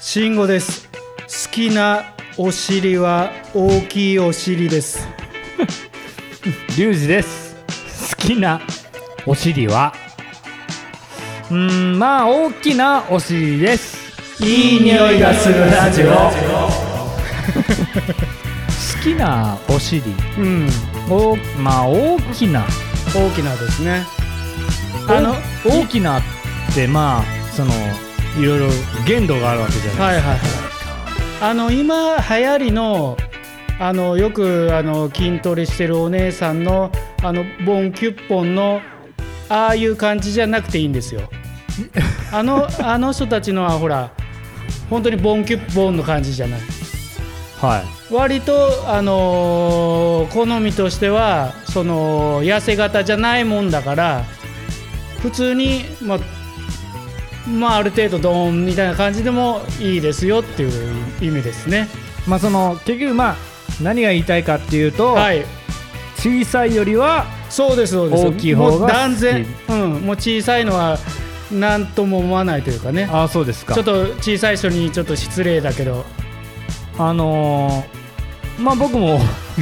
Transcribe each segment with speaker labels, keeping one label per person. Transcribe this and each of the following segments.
Speaker 1: 慎吾です好きなお尻は大きいお尻です
Speaker 2: リュウジです好きなお尻はうーんまあ大きなお尻です
Speaker 1: いい匂いがするラジオ
Speaker 2: 好きなお尻
Speaker 1: うん
Speaker 2: おまあ大きな
Speaker 1: 大きなですねあ
Speaker 2: あ
Speaker 1: の
Speaker 2: の大きなってまあそのいろいろ限度があるわけじゃない
Speaker 1: はいはいはいあの今流行りのあのよくあの筋トレしてるお姉さんのあのボンキュッポンのああいう感じじゃなくていいんですよあのあの人たちのはほら本当にボンキュッポンの感じじゃない
Speaker 2: はい
Speaker 1: 割と、あのー好みとしてはその痩せ型じゃないもんだから普通に、まあまあ、ある程度ドーンみたいな感じでもいいですよっていう意味ですね。
Speaker 2: まあその結局まあ何が言いたいかっていうと、
Speaker 1: はい
Speaker 2: 小さいよりは
Speaker 1: そうですそうです
Speaker 2: 大きい方
Speaker 1: も
Speaker 2: が好き
Speaker 1: う断然、うん、もう小さいのは何とも思わないというかね
Speaker 2: ああそうですか
Speaker 1: ちょっと小さい人にちょっと失礼だけど
Speaker 2: あのーまあ僕も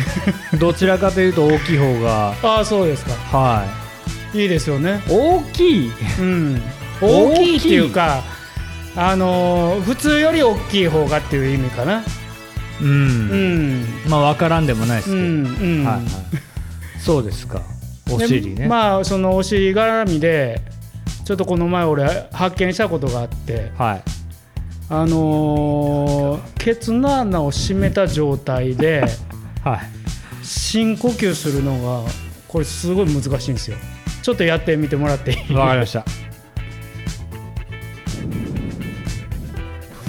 Speaker 2: どちらかというと大きい方が
Speaker 1: ああそうですか
Speaker 2: はい
Speaker 1: いいですよね。
Speaker 2: 大きい
Speaker 1: うん、大
Speaker 2: 大
Speaker 1: き
Speaker 2: き
Speaker 1: い
Speaker 2: い
Speaker 1: っていうか、あのー普通より大きい方がっていう意味かな。
Speaker 2: う、
Speaker 1: うんん、
Speaker 2: まあ分からんでもないで
Speaker 1: う
Speaker 2: すけど、
Speaker 1: ん、うん。
Speaker 2: はいはい、そうですかお
Speaker 1: で
Speaker 2: 尻ね、
Speaker 1: まあそのお尻絡みでちょっとこの前俺発見したことがあって、
Speaker 2: はい
Speaker 1: あのーケツの穴を閉めた状態で
Speaker 2: はい
Speaker 1: 深呼吸するのがこれすごい難しいんですよ。ちょっとやってみてもらっていい
Speaker 2: 分かりま した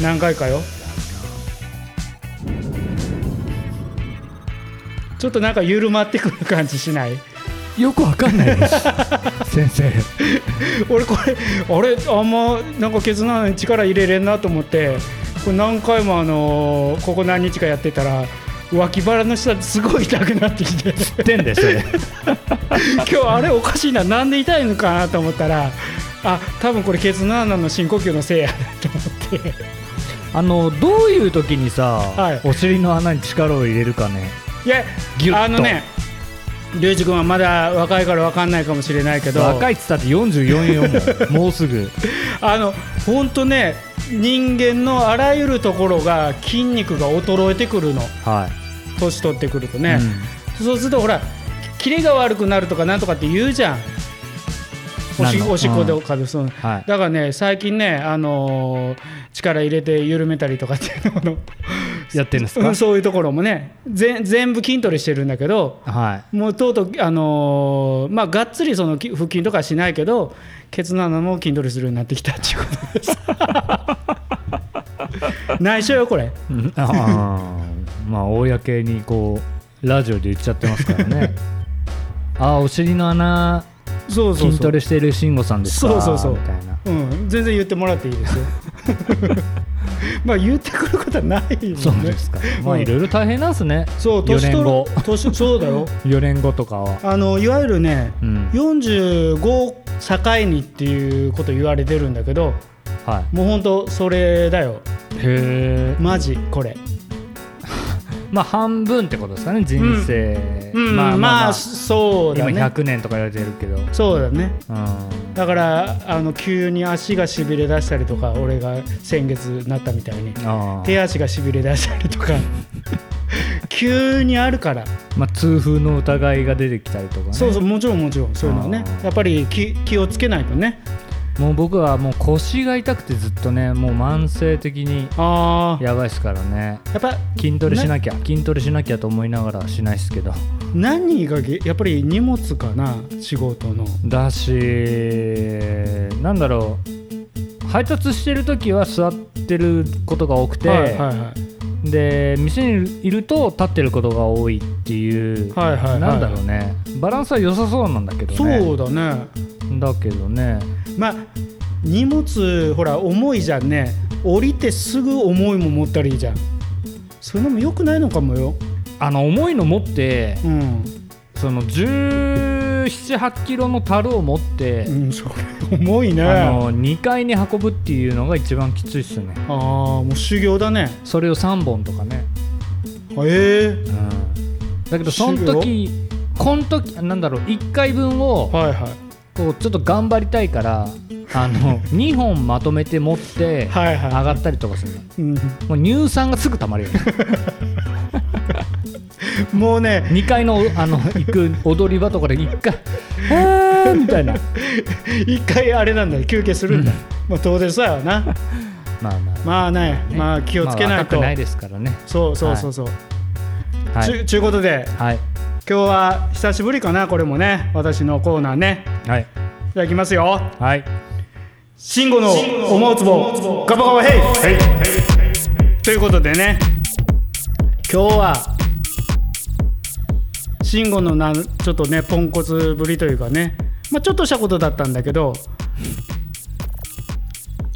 Speaker 1: 何回かよちょっとなんか緩まってくる感じしない
Speaker 2: よく分かんないです 先生
Speaker 1: 俺これあれあんまなんかケツなのに力入れれんなと思ってこれ何回もあのーここ何日かやってたら脇腹の下すごい痛くなってき て
Speaker 2: てんですね
Speaker 1: 今日あれおかしいななんで痛いのかなと思ったらあ多分これケツの穴の深呼吸のせいやと思って
Speaker 2: あのどういう時にさ、
Speaker 1: はい
Speaker 2: お尻の穴に力を入れるかね
Speaker 1: いや
Speaker 2: ギュッと
Speaker 1: あのね龍二君はまだ若いから分かんないかもしれないけど
Speaker 2: 若いっつったって44よもうもうすぐ
Speaker 1: あの本当ね人間のあらゆるところが筋肉が衰えてくるの
Speaker 2: は
Speaker 1: 年取ってくると
Speaker 2: い、
Speaker 1: ね
Speaker 2: う、
Speaker 1: そうするとほらキレが悪くなるとかなんとかって言うじゃんおし
Speaker 2: なんの
Speaker 1: おしっこで
Speaker 2: う
Speaker 1: かでそのだ
Speaker 2: はい
Speaker 1: からね最近ね、あのー力入れて緩めたりとかっていうの
Speaker 2: ん、やってるんです
Speaker 1: う
Speaker 2: か
Speaker 1: ん そういうところもねぜん全部筋トレしてるんだけど
Speaker 2: はい
Speaker 1: もうとうとう、あのーまあ、がっつりそのき腹筋とかはしないけど、ケツの穴も筋トレするようになってきたっていうことです。内緒よ、これ。
Speaker 2: うん あーまあ公にこうラジオで言っちゃってますから ねあーお尻の穴
Speaker 1: そうそうそう
Speaker 2: 筋トレしてる慎吾さんですか
Speaker 1: そうそうそう
Speaker 2: みたいな
Speaker 1: うん、全然言ってもらっていい ですよ。まあ、言ってくることはないもんね。
Speaker 2: そうですかまあ
Speaker 1: うん
Speaker 2: いろいろ大変なんですね
Speaker 1: そう、
Speaker 2: 4
Speaker 1: 年
Speaker 2: 年
Speaker 1: 取る
Speaker 2: 後。
Speaker 1: 年、そうだよ。
Speaker 2: 4年後とかは
Speaker 1: あの、いわゆるね、
Speaker 2: うん
Speaker 1: 45境にっていうこと言われてるんだけど、
Speaker 2: は
Speaker 1: もう本当それだよ。
Speaker 2: いへえ
Speaker 1: マジ、これ。
Speaker 2: まあ半分ってことですかね人生、
Speaker 1: うん、まあ、そうだ
Speaker 2: 今
Speaker 1: ね。
Speaker 2: 100年とか言われてるけど、うん、
Speaker 1: そうだねだからあの急に足がしびれ出したりとか俺が先月なったみたいに
Speaker 2: あー
Speaker 1: 手足がしびれ出したりと か急にあるから、
Speaker 2: まあ痛風の疑いが出てきたりとかね
Speaker 1: そうそうもちろんもちろんそういうのはね
Speaker 2: あー
Speaker 1: やっぱり気気をつけないとね
Speaker 2: もう僕はもう腰が痛くてずっとねもう慢性的に
Speaker 1: ああや
Speaker 2: やばいですからね
Speaker 1: っぱ
Speaker 2: 筋トレしなきゃ筋トレしなきゃと思いながらしないですけど
Speaker 1: 何がげやっぱり荷物かな仕事の
Speaker 2: だしなんだろう配達してる時は座ってることが多くて、
Speaker 1: はいはいはい
Speaker 2: で店にいると立ってることが多いっていう、
Speaker 1: はいはいはい
Speaker 2: なんだろうねバランスは良さそうなんだけどね
Speaker 1: そうだね
Speaker 2: だけどね
Speaker 1: まあ荷物ほら重いじゃんね降りてすぐ重いもん持ったらいいじゃんそれのも良くないのかもよ
Speaker 2: あの重いの持って
Speaker 1: うん
Speaker 2: その10 7 8キロの樽を持って、
Speaker 1: うん、それ重いね
Speaker 2: あ
Speaker 1: あ
Speaker 2: の2階に運ぶっていうのが一番きついっすね
Speaker 1: あーもう修行だね
Speaker 2: それを3本とかね、
Speaker 1: ええ
Speaker 2: うん、だけどその
Speaker 1: 修
Speaker 2: 時この時なんだろう1回分を
Speaker 1: はいはい
Speaker 2: こうちょっと頑張りたいから あの2本まとめて持って
Speaker 1: はい
Speaker 2: 上
Speaker 1: は
Speaker 2: がったりとかするの
Speaker 1: い、うん、
Speaker 2: もう乳酸がすぐ溜まるよね
Speaker 1: もうね
Speaker 2: 2階のあの行く踊り場とかで1回「あー」みたいな
Speaker 1: 一回あれなんだよ休憩するんだ、まあ当然そうやわな
Speaker 2: まあまあ
Speaker 1: まあ ね
Speaker 2: ね
Speaker 1: まあ気をつけない
Speaker 2: まあ若
Speaker 1: と、
Speaker 2: くないですからね
Speaker 1: そうそうそうそう、
Speaker 2: は
Speaker 1: ち
Speaker 2: い
Speaker 1: ゅちゅうことで
Speaker 2: はい
Speaker 1: 今日は久しぶりかなこれもね私のコーナーね
Speaker 2: はい
Speaker 1: いただきますよ
Speaker 2: はい
Speaker 1: 慎吾の思うつぼガバガバヘイということでね今日は慎吾のなちょっとねポンコツぶりというかね、まあ、ちょっとしたことだったんだけど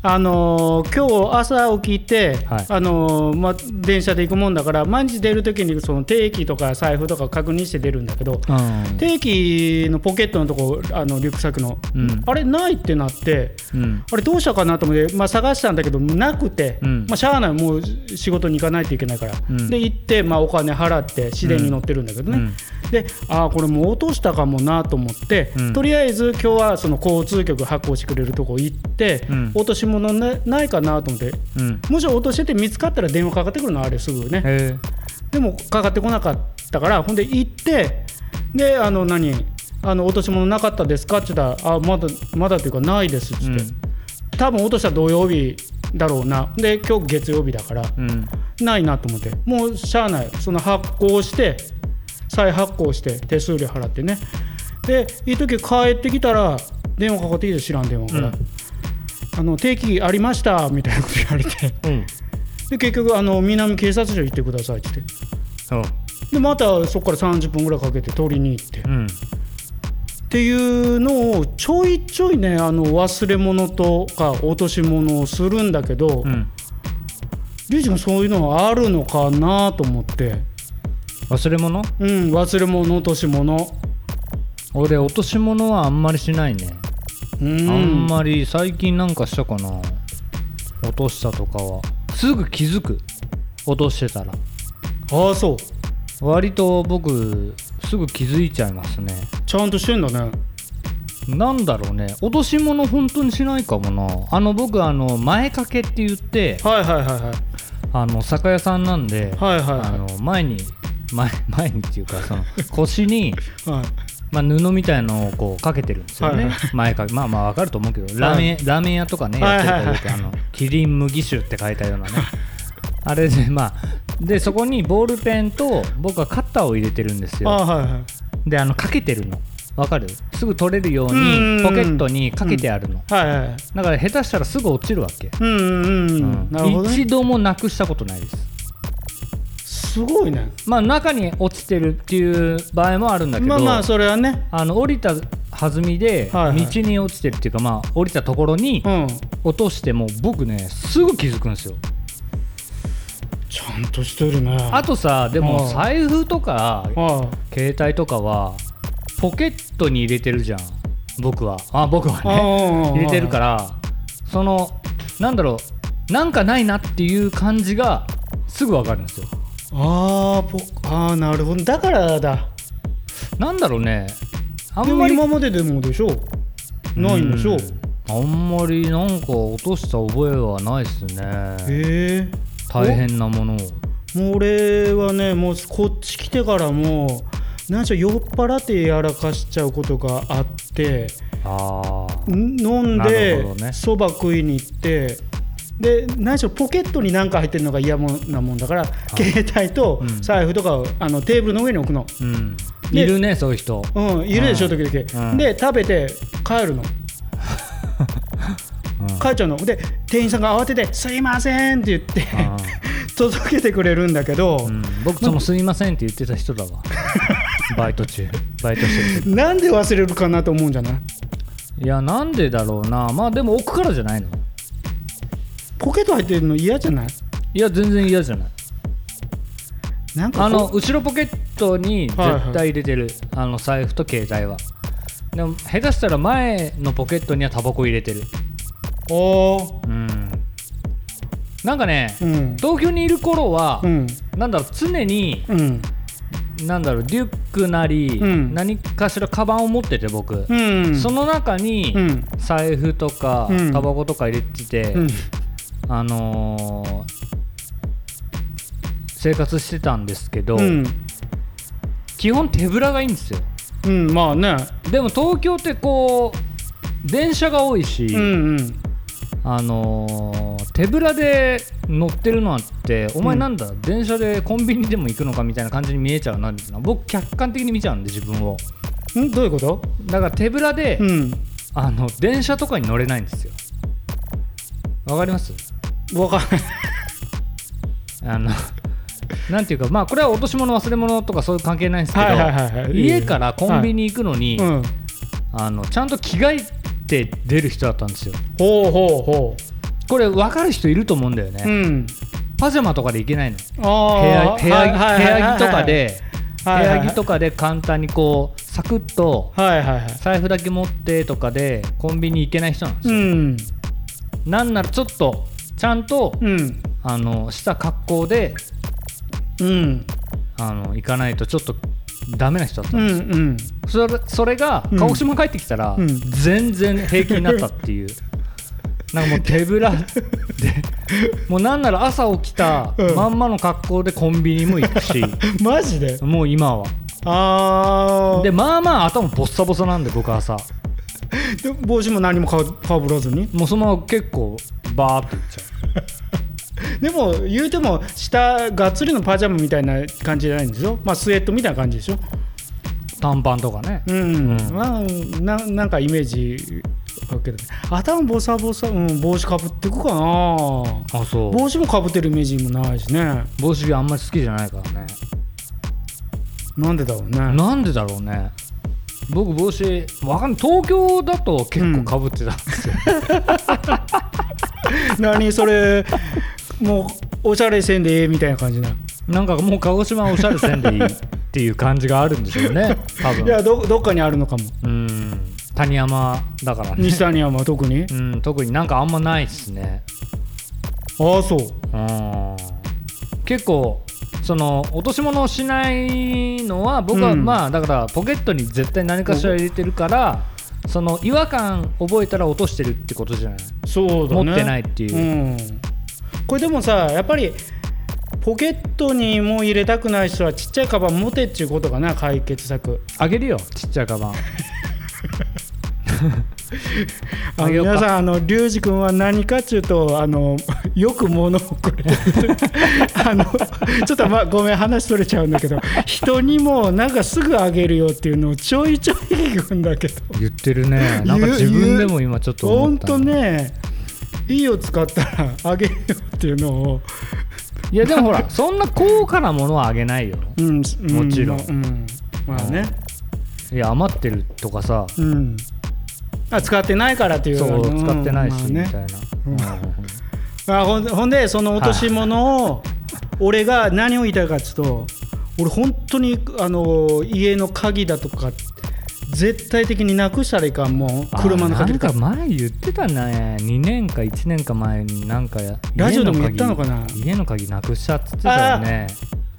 Speaker 1: あのー今日朝起きて、
Speaker 2: はい
Speaker 1: あのーまあ、電車で行くもんだから毎日出る時にその定期とか財布とか確認して出るんだけど
Speaker 2: うん
Speaker 1: 定期のポケットのとこあのリュックサックの、
Speaker 2: うん
Speaker 1: あれないってなって
Speaker 2: うん
Speaker 1: あれどうしたかなと思って、まあ、探したんだけどなくて、
Speaker 2: うん
Speaker 1: まあ、しゃあないもう仕事に行かないといけないから、
Speaker 2: うん
Speaker 1: で行って、まあ、お金払って市電に乗ってるんだけどね、でああこれもう落としたかもなと思って、
Speaker 2: うん
Speaker 1: とりあえず今日はその交通局発行してくれるとこ行って、
Speaker 2: うん
Speaker 1: 落とし物なないかなと思って
Speaker 2: うん
Speaker 1: もし落としてて見つかったら電話かかってくるのあれすぐね。
Speaker 2: へ
Speaker 1: でもかかってこなかったからほんで行ってであの何あの落とし物なかったですかって言ったらあまだまだというかないですっつって、
Speaker 2: うん
Speaker 1: 多分落とした土曜日だろうなで今日月曜日だから
Speaker 2: えうん
Speaker 1: ないなと思ってもうしゃあないその発行して再発行して手数料払ってねでいい時帰ってきたら電話かかってきて知らん電話から、
Speaker 2: うん
Speaker 1: あの定期ありましたみたいなこと言われて
Speaker 2: うん
Speaker 1: で結局あの南警察署行ってくださいって言って
Speaker 2: そう
Speaker 1: でまたそこから30分ぐらいかけて取りに行って、っ
Speaker 2: うん
Speaker 1: ていうのをちょいちょいねあの忘れ物とか落とし物をするんだけど、
Speaker 2: うん
Speaker 1: リュウジ君そういうのはあるのかなと思って
Speaker 2: 忘れ物
Speaker 1: うん忘れ物落とし物
Speaker 2: 俺落とし物はあんまりしないね
Speaker 1: うん
Speaker 2: あんまり最近なんかしたかな落としたとかはすぐ気づく落としてたら
Speaker 1: ああそう
Speaker 2: 割と僕すぐ気づいちゃいますね
Speaker 1: ちゃんとしてんだね
Speaker 2: なんだろうね落とし物本当にしないかもなあの僕あの前掛けって言って
Speaker 1: はいはいはいはい
Speaker 2: あの酒屋さんなんで、
Speaker 1: はいはい
Speaker 2: あの前に前前にっていうかその腰に、
Speaker 1: はい
Speaker 2: まあ、布みたいのをこうかけてるんですよね、
Speaker 1: はいは
Speaker 2: 前掛けまあまあわかると思うけどラーメン,、ラーメン屋とかね
Speaker 1: はい
Speaker 2: やっ
Speaker 1: はいはい
Speaker 2: てるとよくあのキリン麦酒って書い たようなねあれでまあでそこにボールペンと僕はカッターを入れてるんです
Speaker 1: あ
Speaker 2: よ
Speaker 1: あはいはい
Speaker 2: であのかけてるのわかるすぐ取れるよ
Speaker 1: う
Speaker 2: う
Speaker 1: ん
Speaker 2: にポケットにかけてあるの
Speaker 1: はいはい
Speaker 2: だから下手したらすぐ落ちるわけ、
Speaker 1: うんうんうん、
Speaker 2: うん
Speaker 1: なるほど、ね、
Speaker 2: 一度もなくしたことないです
Speaker 1: すごいね
Speaker 2: まあ中に落ちてるっていう場合もあるんだけど、
Speaker 1: まあまあそれはね
Speaker 2: あの降りた弾みで
Speaker 1: はいはい
Speaker 2: 道に落ちてるっていうか、まあ降りたところに
Speaker 1: うん
Speaker 2: 落としても僕ねすぐ気づくんですよ
Speaker 1: ちゃんとしてるね
Speaker 2: あとさで
Speaker 1: う
Speaker 2: も
Speaker 1: ん
Speaker 2: 財布とか
Speaker 1: あ
Speaker 2: 携帯とかはポケットに入れてるじゃん僕はあ僕は
Speaker 1: あ
Speaker 2: ね入れてるかららそのなんだろうなんかないなっていう感じがすぐ分かるんですよ
Speaker 1: あーポあーなるほどだからだ
Speaker 2: なんだろうねあ
Speaker 1: で
Speaker 2: ん
Speaker 1: も
Speaker 2: まり
Speaker 1: 今まででもでしょないんでしょ
Speaker 2: う
Speaker 1: うん
Speaker 2: あんまりなんか落とした覚えはないっすね
Speaker 1: へえ
Speaker 2: 大変なもの
Speaker 1: も
Speaker 2: を
Speaker 1: う俺はねもうこっち来てからもう何しろ酔っ払ってやらかしちゃうことがあって
Speaker 2: あー
Speaker 1: ん飲ん
Speaker 2: なる
Speaker 1: で
Speaker 2: ほどね
Speaker 1: そば、食いに行ってで何しろポケットに何か入ってるのが嫌もんなもんだから携帯と
Speaker 2: うん
Speaker 1: 財布とかをあのテーブルの上に置くの。
Speaker 2: うん
Speaker 1: で
Speaker 2: いるねそういう人
Speaker 1: うん、いるでしょ、
Speaker 2: うん
Speaker 1: 時々、
Speaker 2: うん
Speaker 1: で、食べて帰るの、
Speaker 2: うん
Speaker 1: 帰っちゃうの、で、店員さんが慌てて、すいませんって言って、
Speaker 2: あ
Speaker 1: 届けてくれるんだけど
Speaker 2: ーう、ん僕その「すいません」って言ってた人だ わバイト中バイトしてる
Speaker 1: なんで忘れるかなと思うんじゃない
Speaker 2: 時いやなんでだろうなまあでも奥からじゃないの
Speaker 1: ポケット入ってるの嫌じゃない
Speaker 2: いや全然嫌じゃない
Speaker 1: なんか
Speaker 2: あの
Speaker 1: こ
Speaker 2: 後ろポケットに絶対入れてる、あの財布と携帯はでも下手したら前のポケットにはタバコ入れてる
Speaker 1: おー
Speaker 2: うんなんかね、
Speaker 1: うん
Speaker 2: 東京にいる頃は
Speaker 1: う、ん
Speaker 2: なんだろう常に
Speaker 1: うん
Speaker 2: なんだろうリュックなり、
Speaker 1: うん
Speaker 2: 何かしらカバンを持ってて僕、
Speaker 1: うん
Speaker 2: その中に、
Speaker 1: うん
Speaker 2: 財布とか、
Speaker 1: うん
Speaker 2: タバコとか入れてて、
Speaker 1: うん
Speaker 2: あのー生活してたんですけど、
Speaker 1: うん
Speaker 2: 基本手ぶらがいいんですよ
Speaker 1: うんまあね
Speaker 2: でも東京ってこう電車が多いし、
Speaker 1: うんうん
Speaker 2: あのー手ぶらで乗ってるのあってお前なんだ、電車でコンビニでも行くのかみたいな感じに見えちゃうなみたいな僕客観的に見ちゃうんで自分を
Speaker 1: んどういうこと
Speaker 2: だから手ぶらで、
Speaker 1: うん
Speaker 2: あの電車とかに乗れないんですよわかります
Speaker 1: わかんない
Speaker 2: あのなんていうかまあこれは落とし物忘れ物とかそういう関係ないんですけど、
Speaker 1: はいはいはいはい
Speaker 2: 家からコンビニ行くのに、
Speaker 1: うん
Speaker 2: あのちゃんと着替えて出る人だったんですよ
Speaker 1: ほうほうほ
Speaker 2: これ分かる人いると思うんだよね、
Speaker 1: ううん
Speaker 2: パジャマとかで行けないの部
Speaker 1: あ
Speaker 2: 屋
Speaker 1: あ
Speaker 2: 部屋着部屋着とかで部
Speaker 1: はいはい
Speaker 2: 屋着とかで簡単にこうサクッと
Speaker 1: はいはいはい
Speaker 2: 財布だけ持ってとかでコンビニ行けない人なんです
Speaker 1: う
Speaker 2: よ、
Speaker 1: ん
Speaker 2: なんならちょっとちゃんと、
Speaker 1: うん
Speaker 2: あのした格好で
Speaker 1: うん
Speaker 2: あの行かないとちょっとダメな人だった
Speaker 1: うんん
Speaker 2: ですよ、
Speaker 1: うん
Speaker 2: それそれが
Speaker 1: うん
Speaker 2: 鹿児島帰ってきたら、
Speaker 1: うん
Speaker 2: 全然平気になったって いうなんかもう手ぶらでもうなんなら朝起きた
Speaker 1: うん
Speaker 2: まんまの格好でコンビニも行 くし、
Speaker 1: マジで
Speaker 2: もう今は
Speaker 1: ああ
Speaker 2: でまあまあ頭ボッサボサなんで僕朝
Speaker 1: で帽子も何もかかぶらずに
Speaker 2: もうそのまま結構バーっといっちゃ
Speaker 1: でも言うても下がっつりのパジャマみたいな感じじゃないんですよまあスウェットみたいな感じでしょ
Speaker 2: う短パンとかね、
Speaker 1: うん、
Speaker 2: うん
Speaker 1: まあななんかイメージだけどね頭ボサボサ、うん、帽子かぶってくかな
Speaker 2: あそう
Speaker 1: 帽子もかぶってるイメージもないしね
Speaker 2: 帽子あんまり好きじゃないからね
Speaker 1: なんでだろうね
Speaker 2: なんでだろうね僕帽子わかんない東京だと結構かぶってたんですよ、
Speaker 1: 何それもうおしゃれせんでええみたいな感じな
Speaker 2: なんかもう鹿児島はおしゃれせんでいいっていう感じがあるんでしょ うね多
Speaker 1: いや
Speaker 2: 分
Speaker 1: どどっかにあるのかも
Speaker 2: うん谷山だからね
Speaker 1: 西谷は特に
Speaker 2: うん特になんかあんまないっすね
Speaker 1: ああそう
Speaker 2: うん結構その落とし物をしないのは僕は、
Speaker 1: うん
Speaker 2: まあだからポケットに絶対何かしら入れてるからその違和感覚えたら落としてるってことじゃない
Speaker 1: そうだね
Speaker 2: 持ってないっていう、
Speaker 1: うん、これでもさやっぱりポケットにも入れたくない人はちっちゃいカバン持てっちゅうことかな解決策
Speaker 2: あげるよちっちゃいカバン
Speaker 1: あの
Speaker 2: あげようか
Speaker 1: 皆さんあのリュウジ君は何かっちゅうとあの よく物をくれる あのちょっと、ま、ごめん話それちゃうんだけど人にもなんかすぐあげるよっていうのをちょいちょい言うんだけど
Speaker 2: 言ってるね なん か
Speaker 1: 言う
Speaker 2: 自分でも今ちょっと
Speaker 1: ほ
Speaker 2: 思
Speaker 1: ん
Speaker 2: った
Speaker 1: とねいいよ使ったらあげるよっていうのを、
Speaker 2: いやでもほらそんな高価なものはあげないよ
Speaker 1: うん、も
Speaker 2: もちろん
Speaker 1: うん、まあね、
Speaker 2: いや余ってるとかさ
Speaker 1: うん、あ使ってないからっていう
Speaker 2: そう使ってないし
Speaker 1: うん
Speaker 2: み
Speaker 1: ま
Speaker 2: たいな、うん
Speaker 1: あね、あほんでほんでその落とし物を俺が何を言いたいかっていうと俺本当にあの家の鍵だとか絶対的になくしたらいかんもう車の鍵と
Speaker 2: あ
Speaker 1: か
Speaker 2: なんか前言ってたね2年か1年か前になんか
Speaker 1: ラジオでも
Speaker 2: 家鍵
Speaker 1: 言ったのかな
Speaker 2: 家の鍵なくしたっつってたよね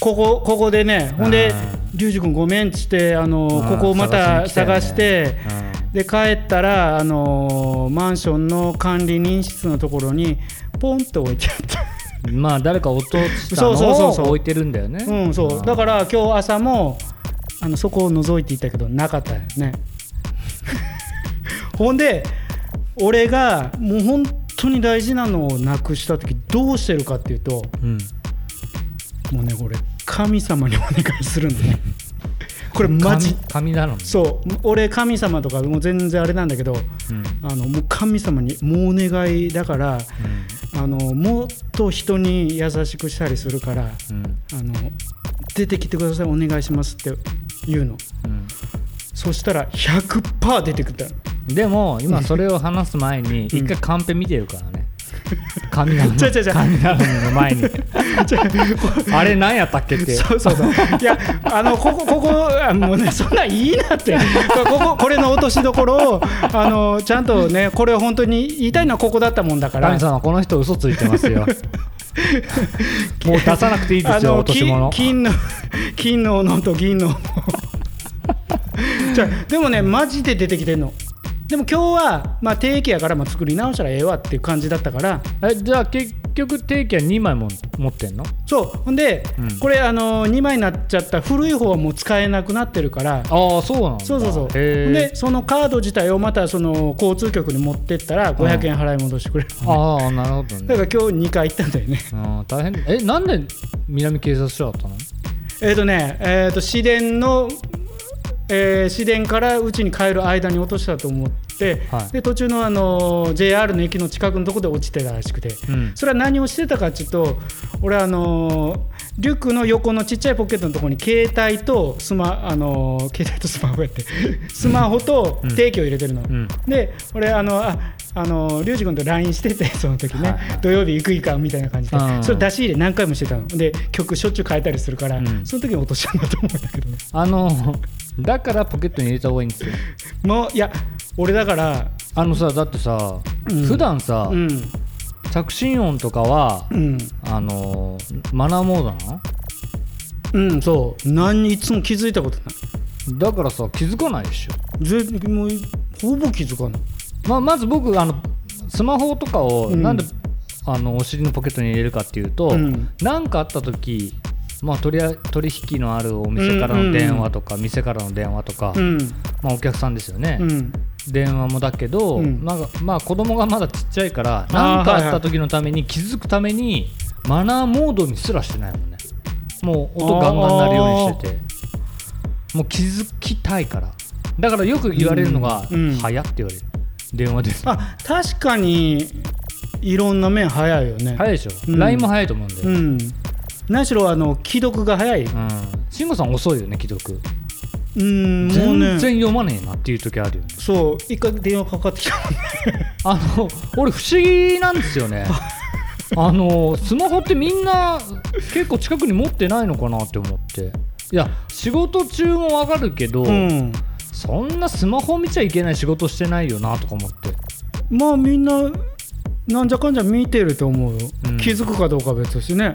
Speaker 1: ここここでねほん
Speaker 2: う
Speaker 1: で
Speaker 2: ん
Speaker 1: 「龍二君ごめん」っつってあの
Speaker 2: うん
Speaker 1: ここをまた探し,、
Speaker 2: に来
Speaker 1: て
Speaker 2: たよね
Speaker 1: で帰ったらあのマンションの管理人室のところにポンって置いてあった。
Speaker 2: うんまあ誰か落とした
Speaker 1: そうそう
Speaker 2: の
Speaker 1: そ
Speaker 2: を
Speaker 1: うそう
Speaker 2: 置いてるんだよね
Speaker 1: うん、そうだから今日朝もあのそこを覗いていたけどなかったよね ほんで俺がもう本当に大事なのをなくした時どうしてるかっていうと
Speaker 2: うん
Speaker 1: もうねこれ神様にお願いするのねこれマジ
Speaker 2: 紙紙なのね
Speaker 1: そう俺神様とかもう全然あれなんだけど
Speaker 2: うんうん
Speaker 1: あのもう神様にもうお願いだからあのもっと人に優しくしたりするから
Speaker 2: うん
Speaker 1: あの出てきてくださいお願いしますって言うの
Speaker 2: うん
Speaker 1: そしたら100%出てくる
Speaker 2: でも今それを話す前に
Speaker 1: うん
Speaker 2: 一回カンペ見てるからね、神頼み
Speaker 1: ちょちょちょ
Speaker 2: 神頼みの前に あれ何やったっけって
Speaker 1: そうそう そういやあのここここあのねそんなんいいなってそうこここれの落としどころをあのちゃんとねこれ本当に言いたいのはここだったもんだから
Speaker 2: 神様この人嘘ついて ますよもう出さなくていいで
Speaker 1: あ
Speaker 2: すよ
Speaker 1: の
Speaker 2: 落とし
Speaker 1: 金
Speaker 2: 物
Speaker 1: 金の金の斧と銀の斧じゃあでもねマジで出てきてんのでも今日は、まあ、定期やから、まあ、作り直したらええわっていう感じだったから
Speaker 2: えじゃあ結局定期は2枚も持ってんの
Speaker 1: そうほんで、
Speaker 2: うん
Speaker 1: これあの2枚になっちゃった古い方はもう使えなくなってるから
Speaker 2: ああそうなんだ
Speaker 1: そうそうそうほ
Speaker 2: へー
Speaker 1: んでそのカード自体をまたその交通局に持ってったら500円払い戻してくれる、
Speaker 2: ああなるほど
Speaker 1: だ
Speaker 2: ね
Speaker 1: から今日2回行ったんだよね
Speaker 2: あー大変えなんで南警察署だったの
Speaker 1: えっとねえっ、と市電の、えー市電からうちに帰る間に落としたと思って、
Speaker 2: はい
Speaker 1: で途中の、あのー JR の駅の近くのとこで落ちてたらしくて、
Speaker 2: うん
Speaker 1: それは何をしてたかっていうと俺あのーリュックの横のちっちゃいポケットのところに携帯とスマあのー携帯とスマホやって スマホと
Speaker 2: うん
Speaker 1: 定期を入れてるの、
Speaker 2: うん
Speaker 1: で俺あのああのリュウジ君と LINE してて その時ね、
Speaker 2: はいはい
Speaker 1: 土曜日行く行かんみたいな感じで、
Speaker 2: うん
Speaker 1: それ出し入れ何回もしてたので曲しょっちゅう変えたりするから、
Speaker 2: うん
Speaker 1: その時に落としたんだと思うんだけどね
Speaker 2: あのだからポケットに入れた方がいいんですよ
Speaker 1: もういや俺だから
Speaker 2: あのさだってさ、
Speaker 1: うん
Speaker 2: 普段さ、
Speaker 1: うん
Speaker 2: 着信音とかは
Speaker 1: うん
Speaker 2: あのマナーモードなの
Speaker 1: うんそう何いつも気づいたことない
Speaker 2: だからさ気づかないでしょ
Speaker 1: ずもうほぼ気づかない
Speaker 2: まあ、まず僕あのスマホとかを
Speaker 1: うん
Speaker 2: なんで、あのお尻のポケットに入れるかっていうと
Speaker 1: うん
Speaker 2: なん、かあった時、まあ、取りあ取引のあるお店からの電話とか、店からの電話とか、
Speaker 1: うん
Speaker 2: まあ、お客さんですよね、
Speaker 1: うん
Speaker 2: 電話もだけど、
Speaker 1: うん
Speaker 2: なんかまあ、子供がまだちっちゃいから
Speaker 1: あー
Speaker 2: 何かあ
Speaker 1: はい
Speaker 2: っ
Speaker 1: は
Speaker 2: た
Speaker 1: い
Speaker 2: 時のために気づくためにマナーモードにすらしてないもんねもう音ガンガン鳴るようにしててもう気づきたいからだからよく言われるのが「
Speaker 1: うんうん
Speaker 2: 早」って言われる電話です
Speaker 1: あ確かにいろんな面早いよね、
Speaker 2: 早いでしょ、
Speaker 1: うん
Speaker 2: LINE も早いと思うんだよ、
Speaker 1: う
Speaker 2: うん
Speaker 1: ん何しろあの既読が早い
Speaker 2: 慎吾さん遅いよね既読
Speaker 1: うんもう
Speaker 2: 全
Speaker 1: ね
Speaker 2: 然読まねえなっていう時あるよね
Speaker 1: そう一回電話かかってきた
Speaker 2: あの俺不思議なんです よねあのスマホってみんな結構近くに持ってないのかなって思っていや仕事中もわかるけど、
Speaker 1: うん
Speaker 2: そんなスマホ見ちゃいけない仕事してないよなとか思って
Speaker 1: まあみんななんじゃかんじゃ見てると思うよ、
Speaker 2: うん
Speaker 1: 気づくかどうかは別としてね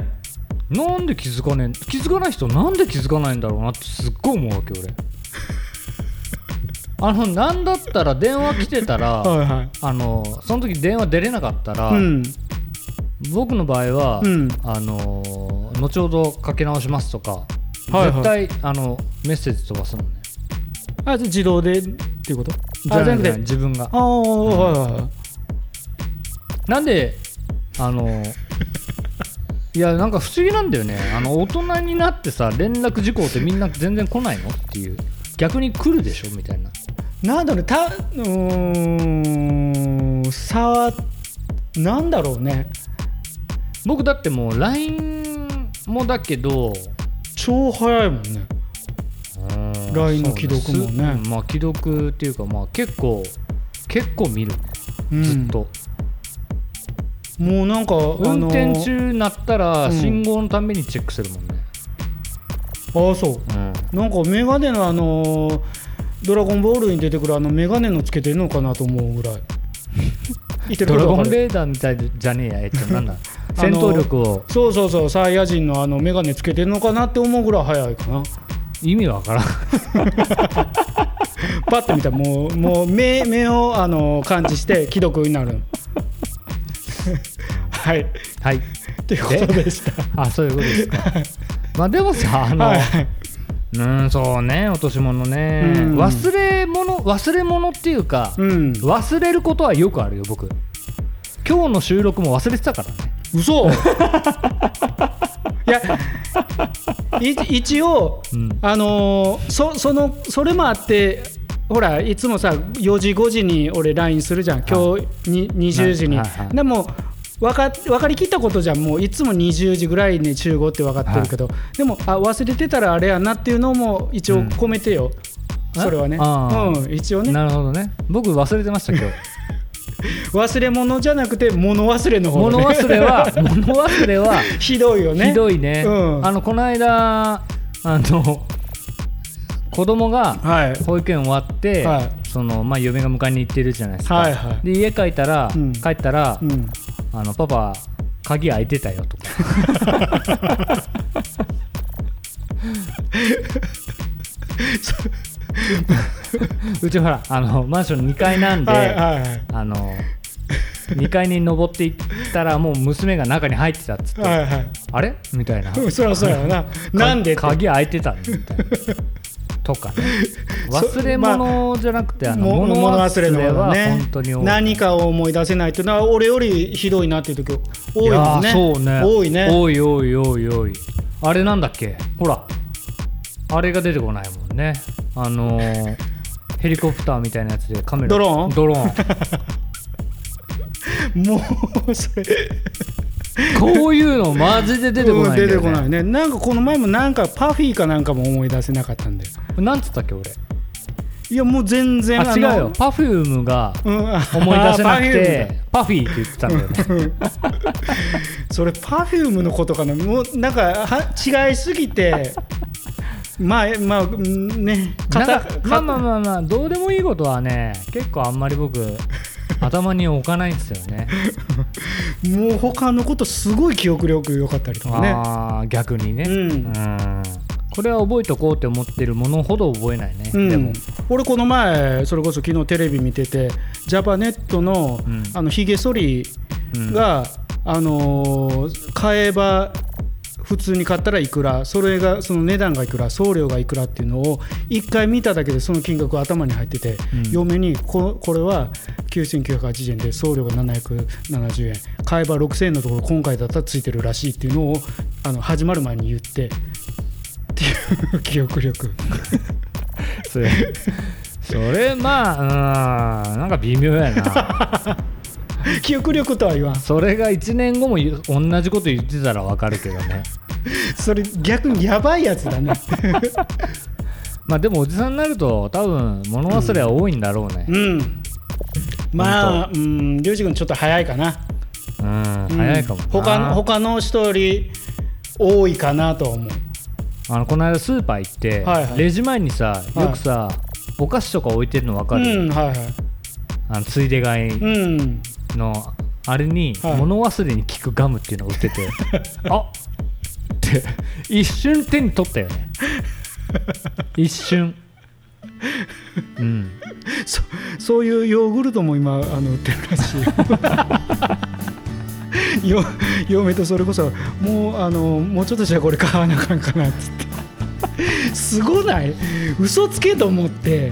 Speaker 2: なんで気づかねえ気づかない人なんで気づかないんだろうなってすっごい思うわけ 俺あのなんだったら電話来てたら
Speaker 1: はいはい
Speaker 2: あのその時電話出れなかったら、
Speaker 1: うん
Speaker 2: 僕の場合は、
Speaker 1: うん
Speaker 2: あの後ほどかけ直しますとか、
Speaker 1: はい
Speaker 2: 絶
Speaker 1: は
Speaker 2: 対あのメッセージ飛ばすもんね
Speaker 1: あ自動でっていうことあ
Speaker 2: じ
Speaker 1: じゃ
Speaker 2: ゃな
Speaker 1: な
Speaker 2: く
Speaker 1: く
Speaker 2: て
Speaker 1: て
Speaker 2: 自分が
Speaker 1: ああ、はいはいはい
Speaker 2: なんであの いやなんか不思議なんだよねあの大人になってさ連絡事項ってみんな全然来ないのっていう逆に来るでしょみたいな
Speaker 1: なんだろうたうーんさなんだろうね
Speaker 2: 僕だってもう LINE もだけど
Speaker 1: 超早いもんね
Speaker 2: うん
Speaker 1: LINE の既読もね
Speaker 2: そうですうんまあ既読っていうかまあ結構結構見るね
Speaker 1: うん
Speaker 2: ずっと、
Speaker 1: もうなんか
Speaker 2: 運転中なったら
Speaker 1: うん
Speaker 2: 信号のためにチェックするもんね、
Speaker 1: あのあそうなんかメガネのあのードラゴンボールに出てくるあのメガネのつけてるのかなと思うぐらい言ってるこ
Speaker 2: ドラ
Speaker 1: とわ
Speaker 2: ゴ
Speaker 1: か
Speaker 2: ン
Speaker 1: る
Speaker 2: レーダーみたいじゃねえやえっとなん だ
Speaker 1: あ
Speaker 2: 戦
Speaker 1: の
Speaker 2: 闘力を
Speaker 1: そうそうそうサイヤ人のあの眼鏡つけてるのかなって思うぐらい早いかな
Speaker 2: 意味わからん
Speaker 1: パッて見たらもうもう目目をあの感知して既読にな るはい
Speaker 2: はい
Speaker 1: ということでした
Speaker 2: あそういうことで すかまあでもさあの、
Speaker 1: はいう
Speaker 2: ーんそうね落とし物ね
Speaker 1: うん
Speaker 2: 忘れ物忘れ物っていうか、
Speaker 1: うん
Speaker 2: 忘れることはよくあるよ僕今日の収録も忘れてたからね
Speaker 1: 嘘いやい一応、
Speaker 2: うん
Speaker 1: あのーそそのそれもあってほらいつもさ4時5時に俺 LINE するじゃん今日に20時に、
Speaker 2: はいはいはい
Speaker 1: でも分か分かりきったことじゃんもういつも20時ぐらいに集合って分かってるけど、でもあ忘れてたらあれやなっていうのも一応
Speaker 2: うん
Speaker 1: 込めてよ、それはね
Speaker 2: ああ
Speaker 1: うん一応ね
Speaker 2: なるほどね僕忘れてました今日
Speaker 1: 忘れ物じゃなくて物忘れの方、ね、
Speaker 2: 物忘れは物忘れは
Speaker 1: ひどいよね
Speaker 2: ひどいね、
Speaker 1: うん
Speaker 2: あのこの間あの子供が
Speaker 1: はい
Speaker 2: 保育園終わって、
Speaker 1: はい
Speaker 2: そのまあ、嫁が迎えに行ってるじゃないですか、
Speaker 1: はいはい
Speaker 2: で家帰ったら、
Speaker 1: うん
Speaker 2: 帰ったら、
Speaker 1: うん
Speaker 2: あのパパ鍵開いてた よとかうちほらあのマンション2階なんで、
Speaker 1: はいはいはい
Speaker 2: あの2階に登っていったらもう娘が中に入ってたっつって、
Speaker 1: はいはい
Speaker 2: あれみたいな
Speaker 1: うんそらそらやな
Speaker 2: か
Speaker 1: なんでって
Speaker 2: 鍵開いてたみたいな とかね忘れ物じゃなくて、あの
Speaker 1: も
Speaker 2: 物
Speaker 1: 物
Speaker 2: 忘
Speaker 1: 忘れ
Speaker 2: れ
Speaker 1: の方
Speaker 2: は
Speaker 1: だね
Speaker 2: 本当に多い
Speaker 1: 何かを思い出せないっていうのは俺よりひどいなっていう時多い
Speaker 2: や
Speaker 1: もんね
Speaker 2: ーそうね
Speaker 1: 多いね
Speaker 2: 多い多い多い多いあれなんだっけほらあれが出てこないもんねあ のーヘリコプターみたいなやつでカメラ
Speaker 1: ドローン
Speaker 2: ドローン
Speaker 1: もうそれ
Speaker 2: こういうのマジで出てこないんだよ、ね
Speaker 1: うん出てこないねなんかこの前もなんかパフィーかなんかも思い出せなかったんだよ
Speaker 2: なんつったっけ俺
Speaker 1: いやもう全然
Speaker 2: あ違うよパフュームが
Speaker 1: あのうん あ
Speaker 2: 思い出せなく
Speaker 1: Perfume だ
Speaker 2: てパフィーって言ってたんだよね
Speaker 1: それパフュームのことかなもうなんかは違いすぎ てまあまあうんね
Speaker 2: なんかまあまあ
Speaker 1: あ
Speaker 2: まあまあどうでもいいことはね結構あんまり 僕頭に置かないんですよね
Speaker 1: もう他のことすごい記憶力良かったりとかね
Speaker 2: ああ逆にね、
Speaker 1: うん
Speaker 2: うんこれは覚えとこうって思ってるものほど覚えないね、
Speaker 1: うん
Speaker 2: でも
Speaker 1: 俺この前それこそ昨日テレビ見ててジャパネットの,、
Speaker 2: うん
Speaker 1: あのヒゲ剃り
Speaker 2: うん
Speaker 1: が、あのー買えば普通に買ったらいくらそれがその値段がいくら送料がいくらっていうのを1回見ただけでその金額が頭に入ってて、
Speaker 2: うん
Speaker 1: 嫁にここれは9980円で送料が770円買えば6000円のところ今回だったらついてるらしいっていうのをあの始まる前に言ってっていう記憶力。
Speaker 2: それそれまあうんなんか微妙やな
Speaker 1: 記憶力とは言わん
Speaker 2: それが1年後も言う同じこと言ってたらわかるけどね
Speaker 1: それ逆にやばいやつだね
Speaker 2: まあでもおじさんになると多分物忘れは多いんだろうね
Speaker 1: うんまあうん龍二君ちょっと早いかな
Speaker 2: うん、
Speaker 1: うん
Speaker 2: 早いかもな
Speaker 1: 他の他の人より多いかなとは思う
Speaker 2: あのこの間スーパー行って、
Speaker 1: はいはい
Speaker 2: レジ前にさよくさ、お菓子とか置いてるのわかる、
Speaker 1: うんはいはい
Speaker 2: あのついで買い
Speaker 1: うん
Speaker 2: のあれに
Speaker 1: はい
Speaker 2: 物忘れに効くガムっていうのが売って て、あっって一瞬手に取ったよね 一瞬うん
Speaker 1: そそういうヨーグルトも今あの売ってるらし いよよ嫁とそれこそもうあのもうちょっとしたらこれ買わなあかんかなっつってすごない嘘つけと思って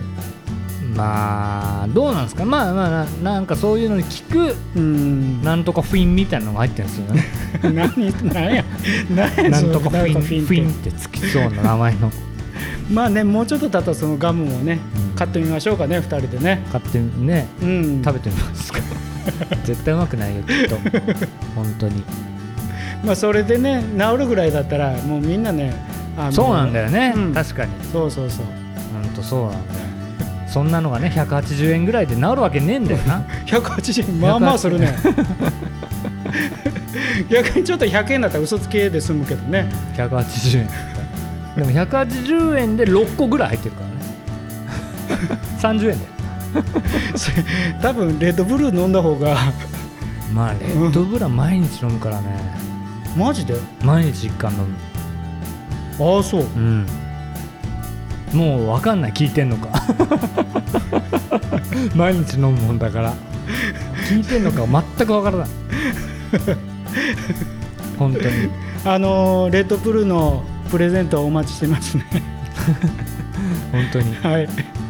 Speaker 2: まあどうなんですかまあまあななんかそういうのに効く
Speaker 1: うん
Speaker 2: なんとかフィンみたいなのが入ってるんですよね
Speaker 1: 何何や何や
Speaker 2: なん
Speaker 1: そ
Speaker 2: とか
Speaker 1: の
Speaker 2: フィン
Speaker 1: なん
Speaker 2: フ
Speaker 1: って
Speaker 2: ィンってつきそうな名前の
Speaker 1: まあねもうちょっと経ったらそのガムもね、
Speaker 2: うん
Speaker 1: 買ってみましょうかね2人でね
Speaker 2: 買ってね
Speaker 1: うん
Speaker 2: 食べてみますか 絶対うまくないよきっと本当に
Speaker 1: まあそれでね治るぐらいだったらもうみんなねあの
Speaker 2: そうなんだよね、
Speaker 1: うん
Speaker 2: 確かに
Speaker 1: そうそうそう
Speaker 2: ほんとそうなんだよそんなのがね180円ぐらいで治るわけねえんだよ な
Speaker 1: 180円まあまあす るね逆にちょっと100円だったら嘘つけで済むけどね
Speaker 2: 180円でも180円で6個ぐらい入ってるからね 30円だよ
Speaker 1: それ多分レッドブルー飲んだ方が
Speaker 2: まあレッドブラ毎日飲むからね
Speaker 1: マジで
Speaker 2: 毎日1缶飲む
Speaker 1: ああそう
Speaker 2: うんもう分かんない聞いてんのか 毎日飲むもんだから聞いてんのか全く分からない本当に
Speaker 1: あのーレッドブルーのプレゼントをお待ちしてますね
Speaker 2: 本当に
Speaker 1: はい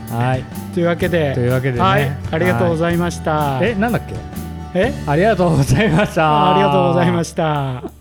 Speaker 2: はい
Speaker 1: というわけで
Speaker 2: というわけでね
Speaker 1: はい、ありがとうございました、
Speaker 2: えなんだっけ
Speaker 1: え
Speaker 2: ありがとうございました
Speaker 1: ありがとうございました。